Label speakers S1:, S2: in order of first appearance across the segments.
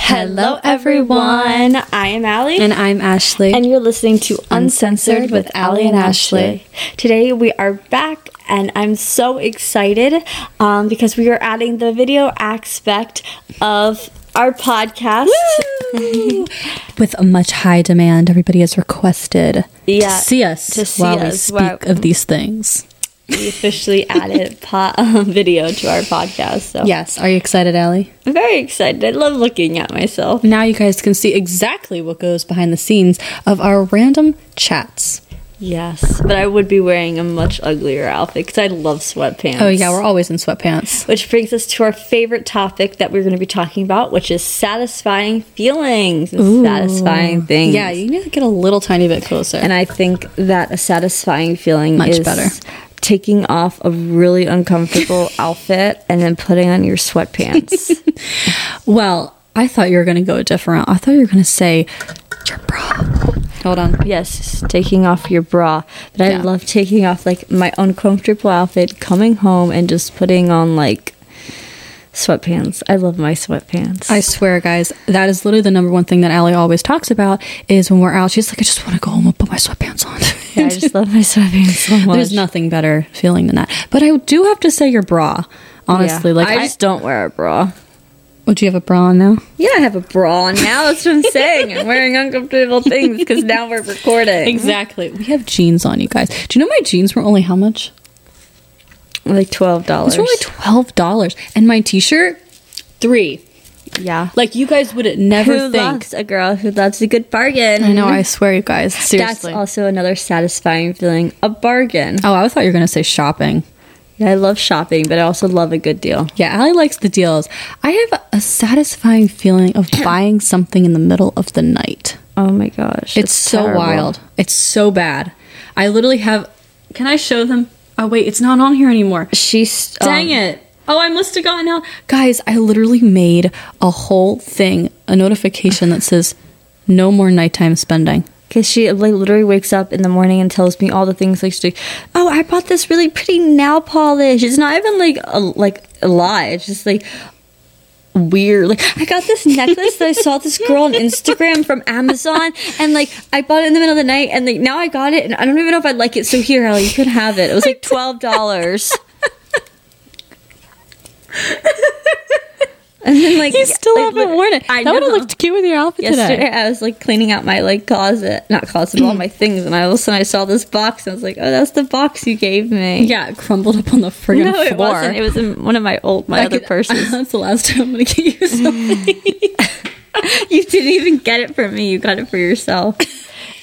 S1: Hello, everyone.
S2: I am Allie.
S1: And I'm Ashley.
S2: And you're listening to Uncensored
S1: Uncensored
S2: with
S1: with
S2: Allie and
S1: Ally and
S2: Ashley. Today we are back, and I'm so excited um, because we are adding the video aspect of our podcast.
S1: with a much high demand, everybody has requested
S2: Yeah,
S1: to see us
S2: to see
S1: while
S2: us
S1: we
S2: while-
S1: speak of these things.
S2: we officially added po- um, video to our podcast. So
S1: Yes. Are you excited, Allie?
S2: I'm very excited. I love looking at myself.
S1: Now you guys can see exactly what goes behind the scenes of our random chats.
S2: Yes, but I would be wearing a much uglier outfit because I love sweatpants.
S1: Oh, yeah, we're always in sweatpants.
S2: Which brings us to our favorite topic that we're going to be talking about, which is satisfying feelings and satisfying things.
S1: Yeah, you need to get a little tiny bit closer.
S2: and I think that a satisfying feeling
S1: Much
S2: is
S1: better.
S2: taking off a really uncomfortable outfit and then putting on your sweatpants.
S1: well, I thought you were going to go a different route. I thought you were going to say your bra. Hold on.
S2: yes, taking off your bra. But I
S1: Yeah.
S2: love taking off like my uncomfortable outfit, coming home and just putting on like sweatpants. I love my sweatpants.
S1: I swear, guys, that is literally the number one thing that Allie always talks about is when we're out, she's like, I just want to go home and put my sweatpants on.
S2: Yeah, I just love my sweatpants so much.
S1: There's nothing better feeling than that. But I do have to say your bra. Honestly,
S2: Yeah.
S1: like,
S2: I
S1: I,
S2: just don't wear a bra.
S1: would you have a bra on now?
S2: Yeah, I have a bra on now. That's what I'm saying. I'm wearing uncomfortable things because now we're recording.
S1: Exactly. We have jeans on, you guys. Do you know my jeans were only how much?
S2: Like twelve dollars.
S1: It's only twelve dollars, and my T-shirt, three.
S2: yeah.
S1: Like you guys would never
S2: Who
S1: think.
S2: loves a girl who loves a good bargain?
S1: I know. I swear, you guys.
S2: That's
S1: Seriously.
S2: also another satisfying feeling. A bargain.
S1: Oh, I thought you were gonna say shopping.
S2: Yeah, I love shopping, but I also love a good deal.
S1: Yeah, Allie likes the deals. I have a satisfying feeling of buying something in the middle of the night.
S2: Oh my gosh.
S1: It's so
S2: terrible.
S1: wild. It's so bad. I literally have. Can I show them? Oh, wait, it's not on here anymore.
S2: She's
S1: Dang it. Oh, I must have gotten out. Guys, I literally made a whole thing, a notification that says, no more nighttime spending.
S2: Because she like literally wakes up in the morning and tells me all the things like she's like, oh, I bought this really pretty nail polish. It's not even like a, like a lie. It's just like weird. Like I got this necklace that I saw this girl on Instagram from Amazon, and like I bought it in the middle of the night, and like now I got it, and I don't even know if I like it. So here, Allie, you can have it. It was like twelve dollars. And then, like, yeah, like, lit- I know.
S1: cute with your outfit
S2: Yesterday, I was like cleaning out my like closet, not closet, all my things, and I all of a sudden I saw this box and I was like, "Oh, that's the box you gave me."
S1: Yeah, it crumbled up on the friggin'
S2: no,
S1: floor.
S2: it wasn't. It was in one of my old, my
S1: I
S2: other
S1: could-
S2: purses.
S1: That's the last time I'm going to get you something.
S2: you didn't even get it from me. You got it for yourself.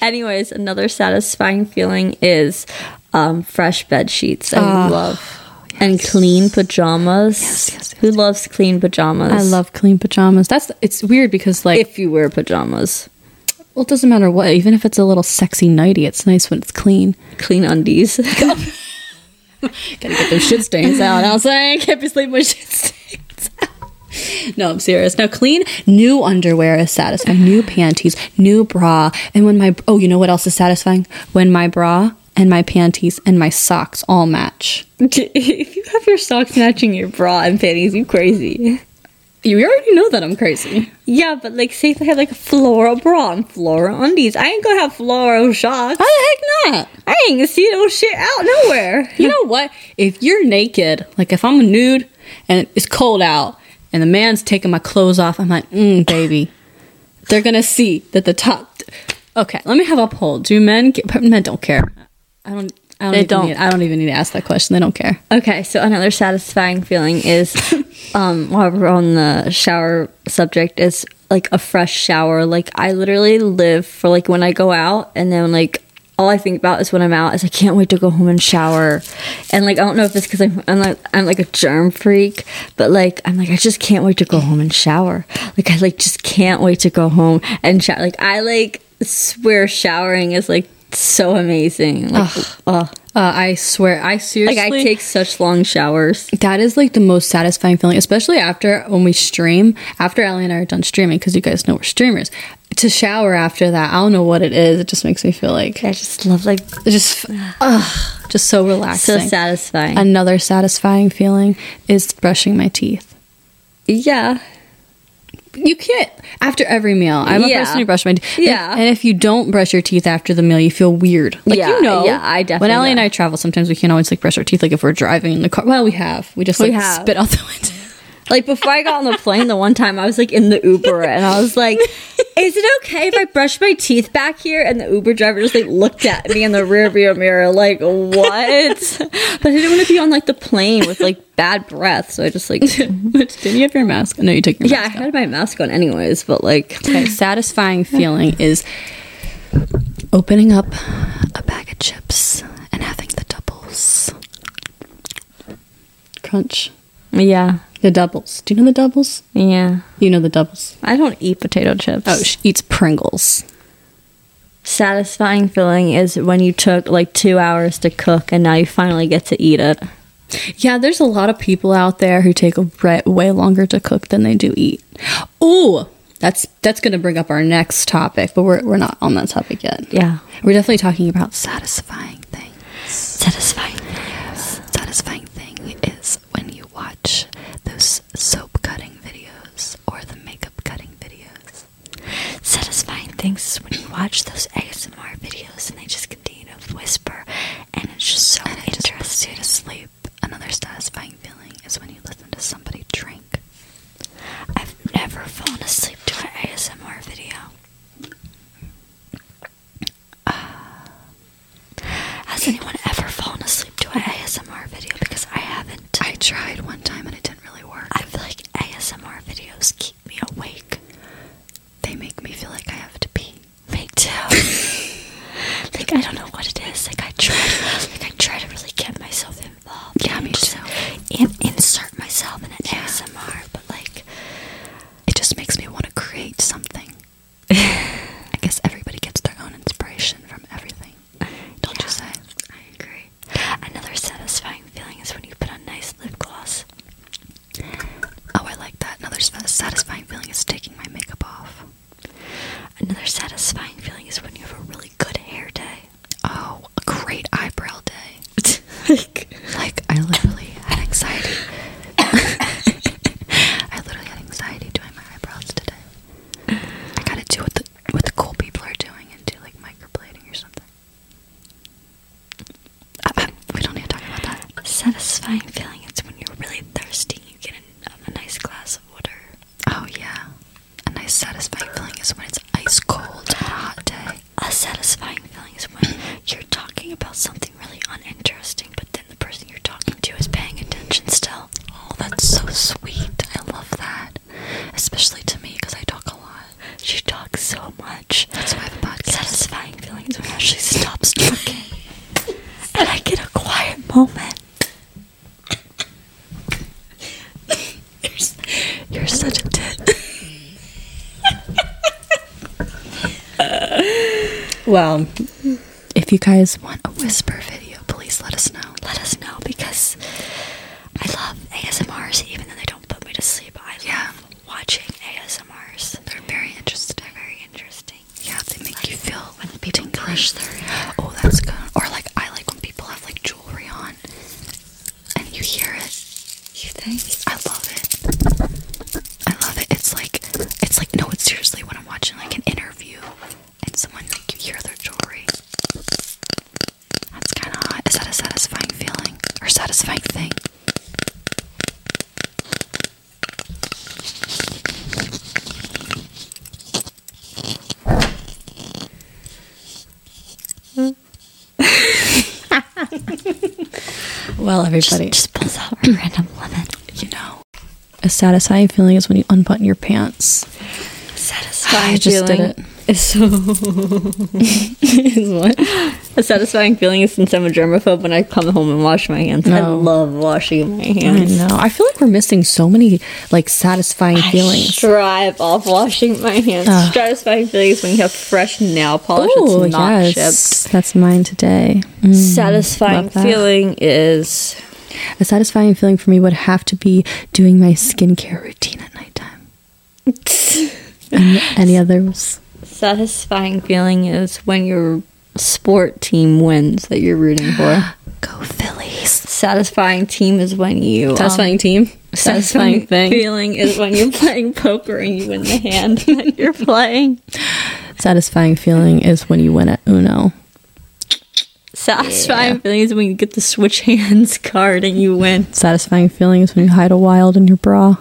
S2: Anyways, another satisfying feeling is um, fresh bed sheets. I love and clean pajamas.
S1: yes,
S2: Who loves clean pajamas?
S1: I love clean pajamas. That's it's weird because like
S2: if you wear pajamas.
S1: well it doesn't matter what even if it's a little sexy nighty it's nice when it's clean.
S2: Clean undies.
S1: Gotta get those shit stains out. I was like, can't be sleeping with shit stains. out. no, I'm serious. Now, clean new underwear is satisfying. New panties, new bra, and when my oh, you know what else is satisfying? When my bra and my panties and my socks all match.
S2: if you have your socks matching your bra and panties, you crazy.
S1: You already know that I'm crazy.
S2: Yeah, but like, say if I had like a floral bra and floral undies, I ain't gonna have floral socks.
S1: Why the heck not?
S2: I ain't gonna see no shit out nowhere.
S1: You know what? If you're naked, like if I'm a nude and it's cold out and the man's taking my clothes off, I'm like, mm, baby. They're gonna see that the top. Okay, let me have a poll. Do men get, men don't care? I don't. I don't.
S2: They
S1: even
S2: don't.
S1: Need, I don't even need to ask that question. They don't care.
S2: Okay, so another satisfying feeling is, um, while we're on the shower subject, is like a fresh shower. Like I literally live for like when I go out, and then like all I think about is when I'm out is I can't wait to go home and shower, and like I don't know if it's because I'm I'm like, I'm like a germ freak, but like I'm like I just can't wait to go home and shower. Like I like just can't wait to go home and shower. Like I like swear showering is like so amazing. Like ugh.
S1: Uh, I swear. I seriously.
S2: like I take such long showers.
S1: That is like the most satisfying feeling, especially after when we stream. After Ellie and I are done streaming, because you guys know we're streamers. To shower after that, I don't know what it is. It just makes me feel like
S2: I just love like
S1: It's just ugh, just so
S2: so
S1: relaxing.
S2: satisfying.
S1: Another satisfying feeling is brushing my teeth.
S2: yeah,
S1: you can't after every meal. I'm a
S2: Yeah.
S1: person who brush my teeth.
S2: Yeah.
S1: and, and if you don't brush your teeth after the meal, you feel weird. Like
S2: Yeah,
S1: you know,
S2: yeah, I definitely
S1: When Ellie and
S2: know.
S1: I travel, sometimes we can't always like brush our teeth. Like if we're driving in the car, well, we have. We just
S2: We
S1: like
S2: have.
S1: spit out the window.
S2: Like before I got on the plane, the one time I was like in the Uber and I was like, "Is it okay if I brush my teeth back here?" And the Uber driver just like looked at me in the rearview mirror, like, "What?" But I didn't want to be on like the plane with like bad breath, so I just like,
S1: Did you have your mask? No, you took your
S2: yeah, I
S1: mask.
S2: had my mask on anyways, but like,
S1: Okay, satisfying feeling is opening up a bag of chips and having the doubles. Crunch.
S2: yeah,
S1: The doubles. Do you know the doubles?
S2: yeah.
S1: You know the doubles.
S2: I don't eat potato chips.
S1: Oh, she eats Pringles.
S2: Satisfying feeling is when you took like two hours to cook and now you finally get to eat it.
S1: Yeah, there's a lot of people out there who take a re- way longer to cook than they do eat. Ooh, that's that's going to bring up our next topic, but we're we're not on that topic yet.
S2: Yeah.
S1: We're definitely talking about satisfying things.
S2: Satisfying.
S1: satisfying thing is when you watch those soap cutting videos or the makeup cutting videos.
S2: satisfying things is when you watch those ASMR videos and they just continue to whisper, and it's just so
S1: And it just puts you to sleep. Another satisfying feeling is when you listen to somebody drink.
S2: I've never fallen asleep to an ASMR video.
S1: Has anyone ever fallen asleep to an ASMR video? Because I haven't. I tried one time and it didn't really work. I feel like ASMR videos keep me awake. They make me feel like I have to pee.
S2: Me too. like I don't know what it is. Like I try, to, like I try to really get myself involved.
S1: Yeah,
S2: and
S1: me
S2: just
S1: too.
S2: in- insert myself in an ASMR, but like
S1: It just makes me want to create something. I guess everybody gets their own inspiration from everything. Don't you say?
S2: I agree. Another satisfying feeling is when you put on nice lip gloss.
S1: Oh, I like that. Another s- satisfying feeling is taking my makeup off.
S2: Another satisfying feeling is when you have a really good hair day.
S1: Oh, a great eyebrow day.
S2: like,
S1: Like, I literally had anxiety. I literally had anxiety doing my eyebrows today. I gotta do what the, what the cool people are doing and do like microblading or something. Uh, uh, we don't need to talk about that.
S2: satisfying feeling is when you're really thirsty and you get an, um, a nice glass of water.
S1: Oh, yeah. A nice satisfying feeling is when it's ice cold on a hot day.
S2: A satisfying feeling is when you're talking about something really uninteresting, but then the person you're talking to is paying attention still.
S1: Oh, that's so sweet. I love that. Especially to me because I talk a lot.
S2: She talks so much.
S1: That's why I have a podcast.
S2: Satisfying feeling is when Ashley stops talking and I get a quiet moment.
S1: You're such a tit. well, if you guys want a whisper video, please let us know.
S2: Let us know because I love ASMRs, even though they don't put me to sleep. I
S1: Yeah.
S2: love watching ASMRs.
S1: They're very interesting.
S2: They're very interesting.
S1: Yeah, they make you feel when people brush their hair. Oh, that's good. Or like I like when people have like jewelry on, and you hear it.
S2: You think?
S1: I love it. I love it. It's like it's like no, it's seriously when I'm watching like an interview and someone like you hear their jewelry. That's kind of hot. Is that a satisfying feeling or satisfying thing? well, everybody.
S2: Just pulls out a random lemon.
S1: you know. A satisfying feeling is when you unbutton your pants.
S2: Satisfying
S1: I just did
S2: feeling.
S1: it.
S2: Is what? A satisfying feeling is since I'm a germaphobe when I come home and wash my hands. I
S1: No.
S2: love washing my
S1: I
S2: hands.
S1: know. I feel like we're missing so many like satisfying
S2: I
S1: feelings.
S2: strive off washing my hands.
S1: Ugh.
S2: Satisfying feeling is when you have fresh nail polish.
S1: Ooh,
S2: it's not
S1: yes, that's mine today.
S2: chipped.
S1: Mm,
S2: Satisfying
S1: love that.
S2: feeling is
S1: A satisfying feeling for me would have to be doing my skincare routine at nighttime. any, any others?
S2: satisfying feeling is when your sport team wins that you're rooting for.
S1: Go Phillies!
S2: satisfying team is when you um,
S1: Satisfying team.
S2: satisfying thing.
S1: feeling is when you're playing poker and you win the hand that you're
S2: Playing
S1: satisfying feeling is when you win at uno
S2: satisfying feeling is when you get the switch hands card and you win.
S1: satisfying feeling is when you hide a wild in your bra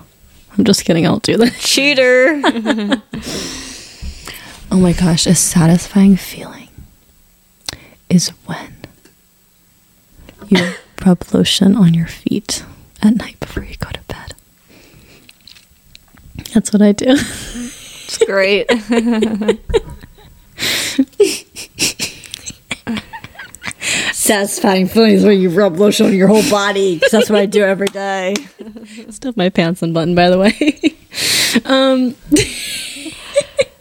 S1: i'm just kidding i'll do that
S2: Cheater.
S1: oh my gosh a satisfying feeling is when you rub lotion on your feet at night before you go to bed that's what i do
S2: it's great.
S1: satisfying feeling is when you rub lotion on your whole body
S2: That's what I do every day.
S1: Still my pants unbuttoned, by the way. um,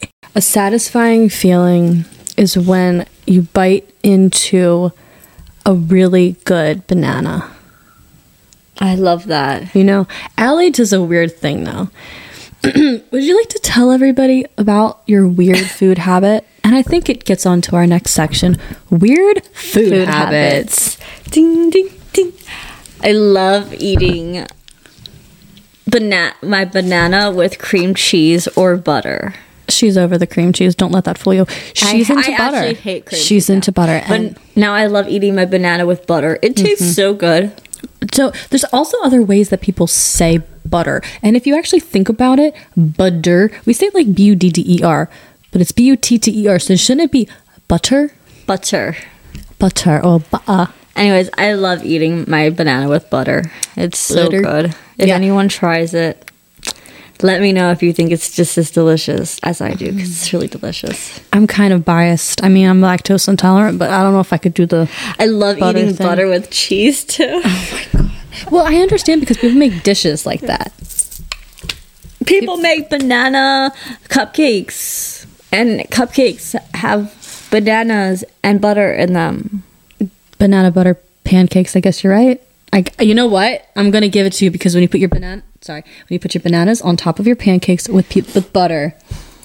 S1: a satisfying feeling is when you bite into a really good banana.
S2: I love that.
S1: You know, Allie does a weird thing though. Would you like to tell everybody about your weird food habit? And I think it gets on to our next section weird food,
S2: food
S1: habits.
S2: habits. Ding ding ding. I love eating banana my banana with cream cheese or butter.
S1: She's over the cream cheese. Don't let that fool you. She's into
S2: I
S1: butter.
S2: actually hate cream
S1: She's
S2: cheese now.
S1: into butter.
S2: But
S1: And
S2: now I love eating my banana with butter. It tastes so good.
S1: So there's also other ways that people say butter. And if you actually think about it, butter, we say it like B U D D E R, but it's B U T T E R. So shouldn't it be butter?
S2: Butter.
S1: Butter Oh, or ba
S2: Anyways, I love eating my banana with butter. It's so
S1: Butter.
S2: good. If
S1: Yeah.
S2: anyone tries it, let me know if you think it's just as delicious as I do because it's really delicious.
S1: I'm kind of biased. I mean, I'm lactose intolerant, but I don't know if I could do the.
S2: I love
S1: Butter
S2: eating
S1: thing.
S2: butter with cheese too.
S1: Well, I understand because people make dishes like that.
S2: People make banana cupcakes, and cupcakes have bananas and butter in them.
S1: Banana butter pancakes, I guess you're right. I, you know what? I'm going to give it to you because when you put your banana, sorry, when you put your bananas on top of your pancakes with, pe- with butter.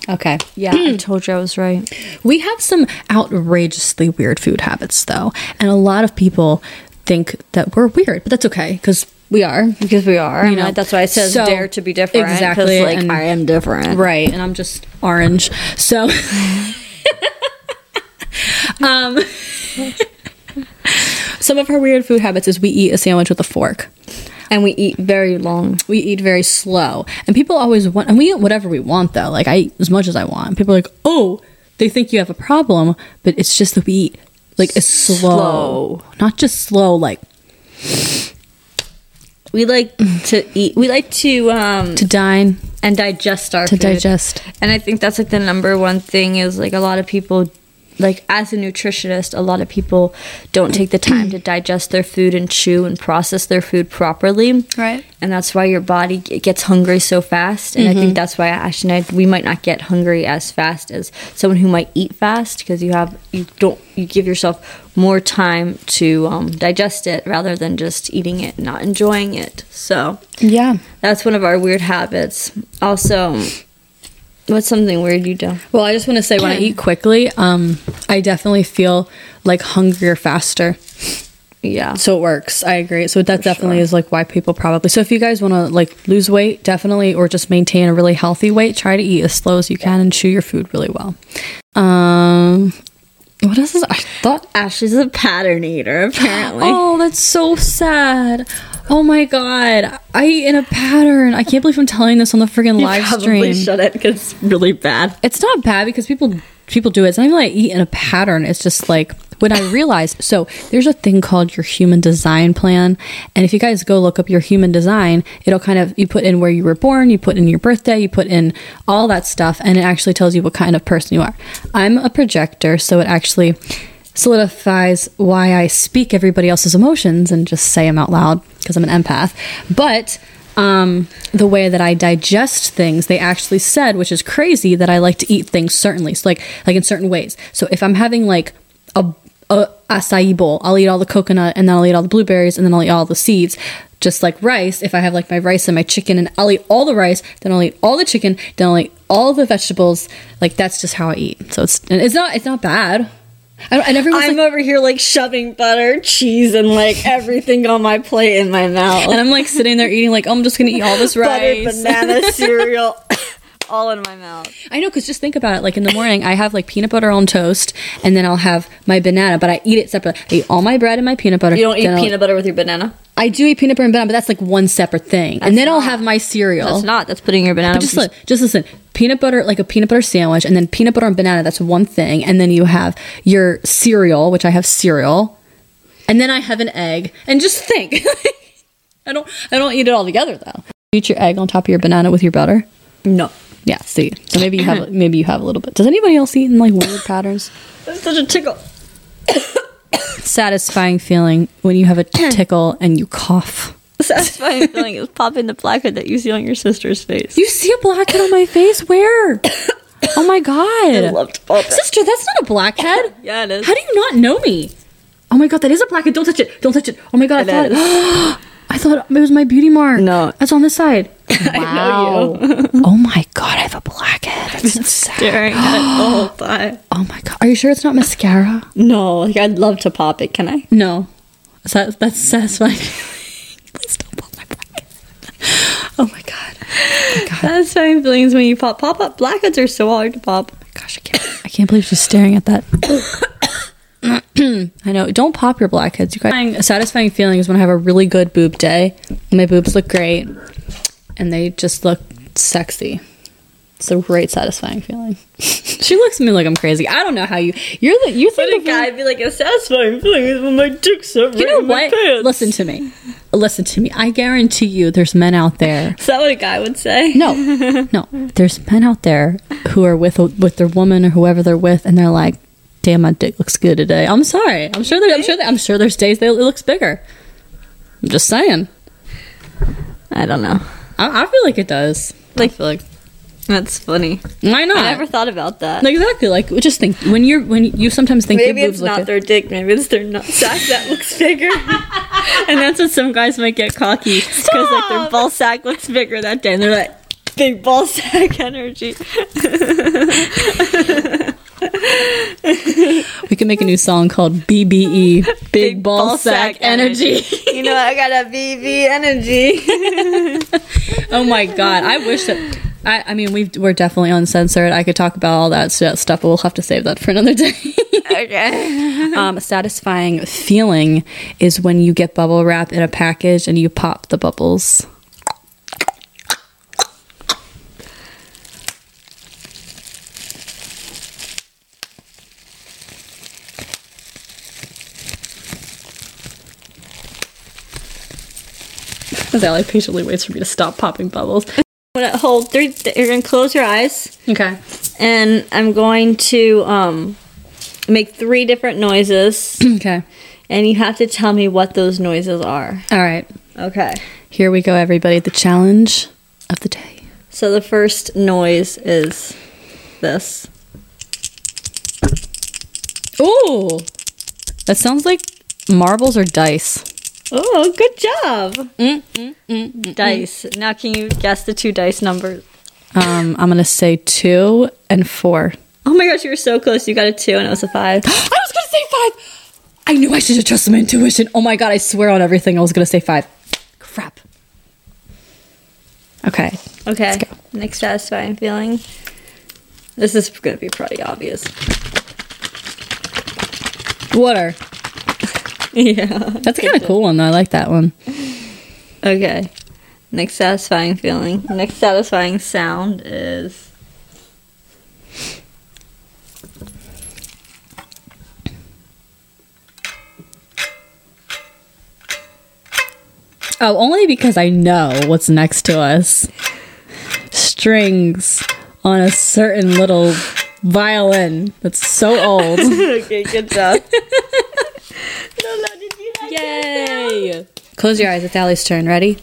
S1: Okay.
S2: Yeah, I told you I was right.
S1: We have some outrageously weird food habits, though, and a lot of people think that we're weird, but that's okay because we are.
S2: Because we are.
S1: You
S2: and
S1: know,
S2: that's why I said
S1: so-
S2: dare to be different. 'cause,
S1: Exactly,
S2: Like,
S1: and-
S2: I am different.
S1: Right, and I'm just orange. So, um, some of our weird food habits is we eat a sandwich with a fork.
S2: And we eat very long.
S1: We eat very slow, and people always want, and we eat whatever we want though. Like I eat as much as I want. People are like, oh, they think you have a problem, but it's just that we eat like a slow,
S2: Slow.
S1: not just slow, like
S2: We like to eat. We like to um
S1: to dine,
S2: and digest our
S1: to
S2: food.
S1: digest.
S2: And I think that's like the number one thing is like a lot of people like as a nutritionist, a lot of people don't take the time to digest their food and chew and process their food properly.
S1: Right.
S2: And that's why your body g- gets hungry so fast. And
S1: Mm-hmm.
S2: I think that's why Ash and I we might not get hungry as fast as someone who might eat fast because you have you don't you give yourself more time to um, digest it rather than just eating it, not enjoying it. So
S1: Yeah.
S2: that's one of our weird habits. Also, what's something weird you do?
S1: Well, I just want to say when I eat quickly, um, I definitely feel like hungrier faster.
S2: Yeah.
S1: So it works. I agree. So that definitely
S2: sure.
S1: is like why people probably. So if you guys want to like lose weight, definitely, or just maintain a really healthy weight, try to eat as slow as you can and chew your food really well. Um, what else is I thought?
S2: Ash is a pattern eater, apparently.
S1: Oh, that's so sad. Oh my god, I eat in a pattern. I can't believe I'm telling this on the friggin' live stream.
S2: shouldn't because it's really bad.
S1: it's not bad because people people do it. It's not even like I eat in a pattern. It's just like when I realized. So there's a thing called your human design plan, and if you guys go look up your human design, it'll kind of you put in where you were born, you put in your birthday, you put in all that stuff, and it actually tells you what kind of person you are. I'm a projector, so it actually solidifies why I speak everybody else's emotions and just say them out loud because I'm an empath. But um, the way that I digest things, they actually said, which is crazy, that I like to eat things certainly, so like like in certain ways. So if I'm having like a, a acai bowl, I'll eat all the coconut and then I'll eat all the blueberries and then I'll eat all the seeds. Just like rice, if I have like my rice and my chicken, and I'll eat all the rice, then I'll eat all the chicken, then I'll eat all the vegetables. Like that's just how I eat. So it's and it's not it's not bad. And and everyone's
S2: I'm
S1: like,
S2: over here like shoving butter, cheese, and like everything on my plate in my mouth.
S1: and I'm like sitting there eating, like, oh, I'm just gonna eat all this
S2: Butter,
S1: rice.
S2: banana, cereal, all in my mouth.
S1: I know, because just think about it. Like in the morning, I have like peanut butter on toast, and then I'll have my banana, but I eat it separately. I eat all my bread and my peanut butter.
S2: You don't eat
S1: then I'll-
S2: peanut butter with your banana.
S1: I do eat peanut butter and banana, but that's like one separate thing. and then I'll
S2: not-
S1: have my cereal.
S2: That's not. That's putting your banana.
S1: But just li- just listen. Peanut butter, like a peanut butter sandwich, and then peanut butter and banana. That's one thing, and then you have your cereal, which I have cereal, and then I have an egg. And just think, I don't, I don't eat it all together though. You eat your egg on top of your banana with your butter.
S2: no.
S1: Yeah, see, so maybe you have, maybe you have a little bit. Does anybody else eat in like weird patterns?
S2: That's such a tickle.
S1: Satisfying feeling when you have a tickle and you cough.
S2: Satisfying feeling is popping the blackhead that you see on your sister's face.
S1: You see a blackhead on my face? Where? Oh my
S2: I
S1: god,
S2: love to pop it.
S1: sister, that's not a blackhead.
S2: Yeah, it is.
S1: How do you not know me? Oh my god, that is a blackhead. Don't touch it. Don't touch it. Oh my god,
S2: It
S1: I thought I thought it was my beauty mark.
S2: No.
S1: That's on this side.
S2: know
S1: Wow. oh my god, I have a blackhead. That's sad.
S2: staring at it the whole time?
S1: Oh my god. Are you sure it's not mascara?
S2: No, like I'd love to pop it. Can I?
S1: No. Is that, that's satisfying. Please don't pull my blackhead. Oh my god. Oh my god.
S2: Satisfying feelings when you pop pop up. Blackheads are so hard to pop.
S1: Gosh, I can't, I can't believe she's staring at that. I know. Don't pop your blackheads. You guys. A satisfying feeling is when I have a really good boob day. My boobs look great, and they just look sexy. It's a great satisfying feeling. she looks at me like I'm crazy. I don't know how you. You're the. You
S2: But a
S1: think of
S2: guy be like, a satisfying feeling is when my dick's up
S1: You know what? Listen to me. Listen to me. I guarantee you, there's men out there
S2: Is that what a guy would say?
S1: No, no. There's men out there who are with with their woman or whoever they're with, and they're like, "Damn, my dick looks good today." I'm sorry. I'm sure. There, I'm sure. There, I'm sure. There's days that it looks bigger. I'm just saying.
S2: I don't know.
S1: I, I feel like it does.
S2: Like-
S1: I feel like
S2: That's funny.
S1: why not?
S2: I never thought about that.
S1: Like, exactly. Like just think when you're when you sometimes think
S2: Maybe
S1: your
S2: it's
S1: boobs look.
S2: not
S1: good.
S2: their dick. Maybe it's their nutsack that looks bigger. and that's what some guys might get cocky because like their
S1: Stop!
S2: ball sack looks bigger that day, and they're like, big ball sack energy.
S1: We can make a new song called BBE, Big, Ball, Sack, energy.
S2: you know, I got a BB energy.
S1: oh my god i wish that i, I mean we've, we're definitely uncensored i could talk about all that stu- stuff but we'll have to save that for another day
S2: okay.
S1: um, a satisfying feeling is when you get bubble wrap in a package and you pop the bubbles As Allie patiently waits for me to stop popping bubbles.
S2: I'm to hold three. Th- you're gonna close your eyes,
S1: Okay.
S2: and I'm going to um make three different noises,
S1: Okay.
S2: and you have to tell me what those noises are.
S1: All right.
S2: Okay.
S1: Here we go, everybody. The challenge of the day.
S2: So the first noise is this.
S1: Ooh. That sounds like marbles or dice.
S2: Oh, good job. mm, Dice. Now, can you guess the two dice numbers?
S1: Um, I'm gonna say two and four.
S2: Oh my gosh, you were so close. You got a two and it was a five.
S1: I was gonna say five. I knew I should have trusted my intuition. Oh my god, I swear on everything, I was gonna say five. Crap. Okay.
S2: Okay.
S1: Let's go.
S2: Next satisfying feeling. This is going to be pretty obvious.
S1: Water.
S2: Yeah.
S1: That's kind of cool one though. I like that one.
S2: Okay. Next satisfying feeling. Next satisfying sound is.
S1: Oh, only because I know what's next to us. Strings on a certain little violin that's so old.
S2: okay, good job. no, no, did you like
S1: Yay! Close your eyes. It's Allie's turn. Ready?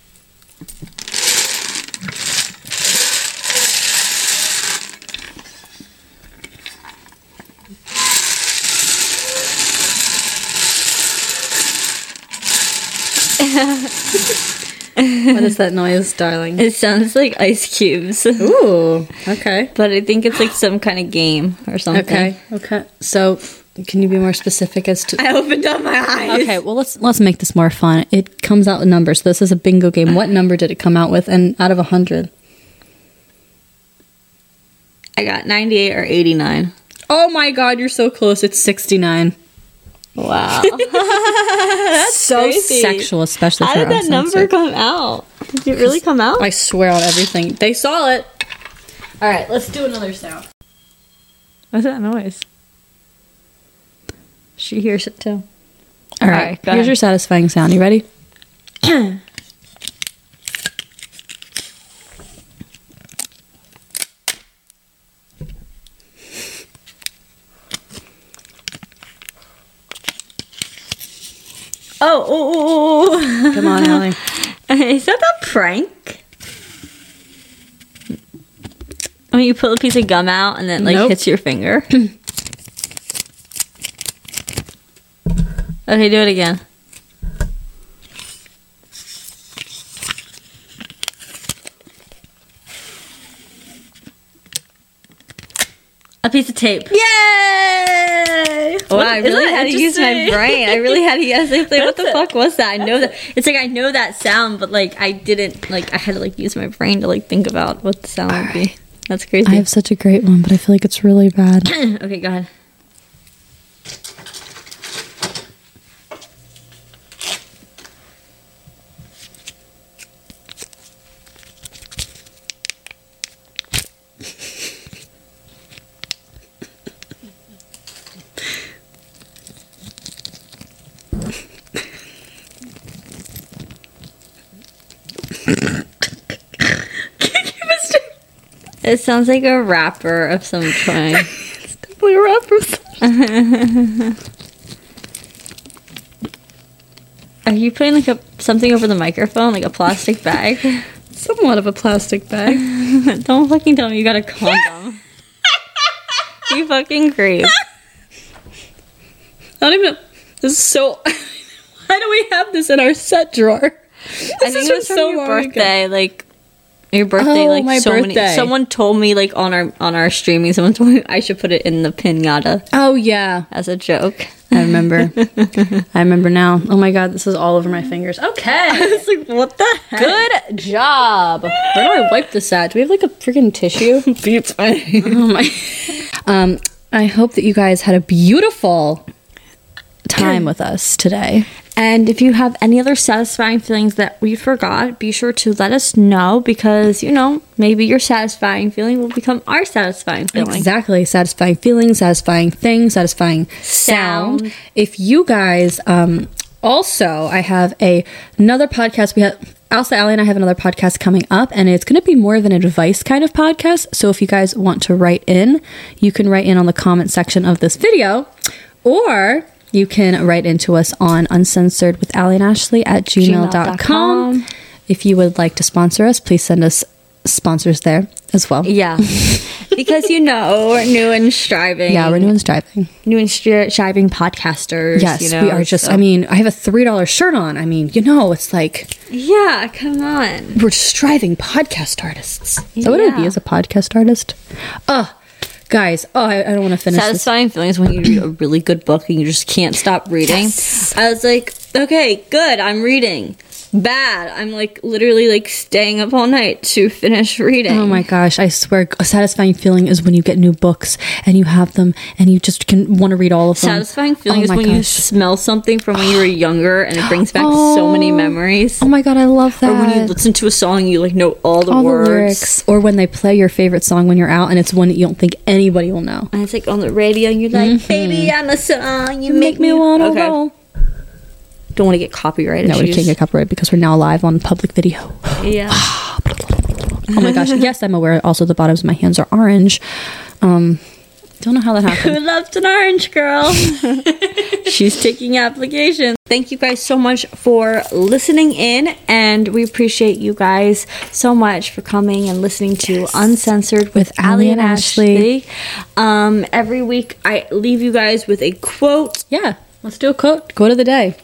S1: what is that noise, darling?
S2: It sounds like ice cubes,
S1: Ooh. Okay.
S2: but I think it's like some kind of game or something.
S1: Okay. Okay. So Can you be more specific as to?
S2: I opened up my eyes.
S1: Okay, well let's let's make this more fun. It comes out in numbers. This is a bingo game. What number did it come out with? And out of hundred.
S2: I got 98 or 89.
S1: Oh my god, you're so close. It's sixty nine.
S2: Wow.
S1: so
S2: crazy.
S1: sexual, especially.
S2: How
S1: for
S2: did that number
S1: uncensored.
S2: come out? Did it really come out?
S1: I swear on everything. They saw it. All right, let's do another sound.
S2: What's that noise? She hears it too.
S1: All
S2: right,
S1: right,
S2: go
S1: here's
S2: ahead.
S1: your satisfying sound. You ready?
S2: Oh, oh, oh, oh.
S1: Come on, Allie.
S2: Is that a prank? When you pull a piece of gum out and it like
S1: Nope.
S2: hits your finger. okay, do it again. A piece of tape.
S1: Yay!
S2: Wow,
S1: What-
S2: I
S1: isn't
S2: really
S1: that
S2: had to use my
S1: interesting?
S2: brain. I really had to. I was like, what the
S1: That's it.
S2: fuck was that? I know that. It's like I know that sound, but like I didn't. Like I had to like use my brain to like think about what the sound would be. That's crazy.
S1: I have such a great one, but I feel like it's really bad.
S2: okay, go ahead. It sounds like a rapper of some kind.
S1: Definitely a rap or something.
S2: Are you putting like a something over the microphone, like a plastic bag?
S1: Somewhat of a plastic bag.
S2: Don't fucking tell me you got a condom. you fucking creep.
S1: Not even. This is so. Why do we have this in our set drawer? This
S2: I think it was from your
S1: long ago.
S2: birthday, like your birthday,
S1: Oh,
S2: like
S1: my
S2: so
S1: birthday.
S2: many. Someone told me like on our on our streaming, someone told me I should put it in the pinata
S1: Oh yeah,
S2: as a joke.
S1: I remember. I remember now. Oh my god, this is all over my fingers. Okay.
S2: It's like what the heck?
S1: Good job. Where do I wipe this at? Do we have like a freaking tissue? oh my. Um, I hope that you guys had a beautiful time with us today.
S2: And if you have any other satisfying feelings that we forgot, be sure to let us know because you know maybe your satisfying feeling will become our satisfying feeling.
S1: Exactly. Satisfying feelings, satisfying thing, satisfying sound.
S2: Sound.
S1: If you guys um also I have a another podcast we have Elsa Allie and I have another podcast coming up and it's gonna be more of an advice kind of podcast. So if you guys want to write in, you can write in on the comment section of this video or you can write into us on uncensored with Allie and Ashley at gmail.com.
S2: gmail.com.
S1: If you would like to sponsor us, please send us sponsors there as well.
S2: Yeah, because you know we're new and striving.
S1: Yeah, we're new and striving.
S2: new and stri- striving podcasters.
S1: Yes,
S2: you know, uh,
S1: we are just.
S2: so-
S1: I mean, I have a three dollar shirt on. I mean, you know, it's like
S2: yeah. Come on,
S1: we're striving podcast artists. Is that what I'd be
S2: Yeah.
S1: as a podcast artist? Ugh, guys. Oh, I, I don't want to finish this.
S2: satisfying feelings when you read a really good book and you just can't stop reading. I was like, okay, good, I'm reading. Bad, I'm like literally like staying up all night to finish reading.
S1: Oh my gosh, I swear, a satisfying feeling is when you get new books and you have them and you just can want to read all of them.
S2: Satisfying feeling
S1: Oh
S2: is
S1: my
S2: when you
S1: gosh.
S2: smell something from when you were younger and it brings back so many memories.
S1: Oh my god, I love that.
S2: Or when you listen to a song, you like know all the
S1: all
S2: words.
S1: the lyrics, or when they play your favorite song when you're out, and it's one that you don't think anybody will know.
S2: And it's like on the radio, and you're like, "Baby, I'm a song. Mm-hmm. You make, me
S1: wanna
S2: wanna roll." Don't want to get copyrighted.
S1: No, we
S2: She's-
S1: can't get copyrighted because we're now live on public video.
S2: Yeah.
S1: Oh my gosh. Yes, I'm aware. Also, the bottoms of my hands are orange. Um, don't know how that happened.
S2: Who loved an orange girl? She's taking applications. Thank you guys so much for listening in, and we appreciate you guys so much for coming and listening to Uncensored with, Ali and Ashley. Um, every week, I leave you guys with a quote.
S1: yeah, let's do a quote. Quote of the day.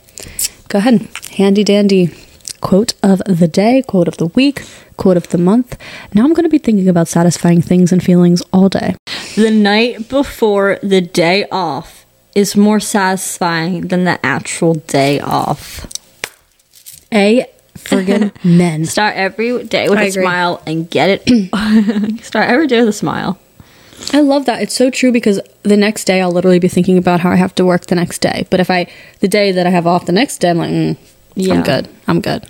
S1: Go ahead. Handy dandy. Quote of the day, quote of the week, quote of the month. Now I'm going to be thinking about satisfying things and feelings all day.
S2: The night before the day off is more satisfying than the actual day off.
S1: A friggin' men.
S2: Start every day with
S1: I
S2: a
S1: agree.
S2: smile and get it. Start every day with a smile.
S1: I love that. It's so true because the next day I'll literally be thinking about how I have to work the next day. But if I, the day that I have off the next day, I'm like, mm, I'm
S2: Yeah.
S1: good. I'm good.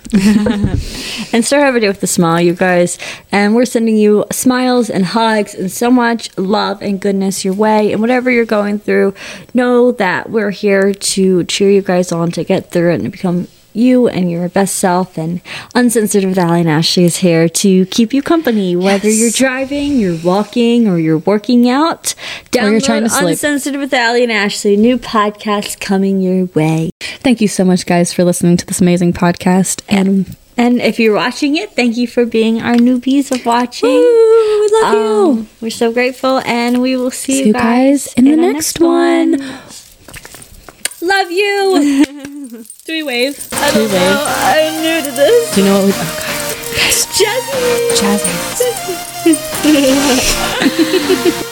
S2: And start every day with a smile, you guys. And we're sending you smiles and hugs and so much love and goodness your way. And whatever you're going through, know that we're here to cheer you guys on to get through it and to become you and your best self. And Uncensored with Ally and Ashley is here to keep you company, whether you're driving, you're walking, or you're working out. Download
S1: Or you're trying to sleep.
S2: Uncensored with Ally and Ashley, new podcast coming your way.
S1: Thank you so much, guys, for listening to this amazing podcast. And
S2: And if you're watching it, thank you for being our newbies of watching.
S1: Woo, we love you.
S2: Um, We're so grateful, and we will see,
S1: See you guys in the
S2: our
S1: next one.
S2: Love you.
S1: three waves.
S2: I don't know. I'm new to this.
S1: Do you know what we? Oh
S2: Jasmine.
S1: God, jazz hands.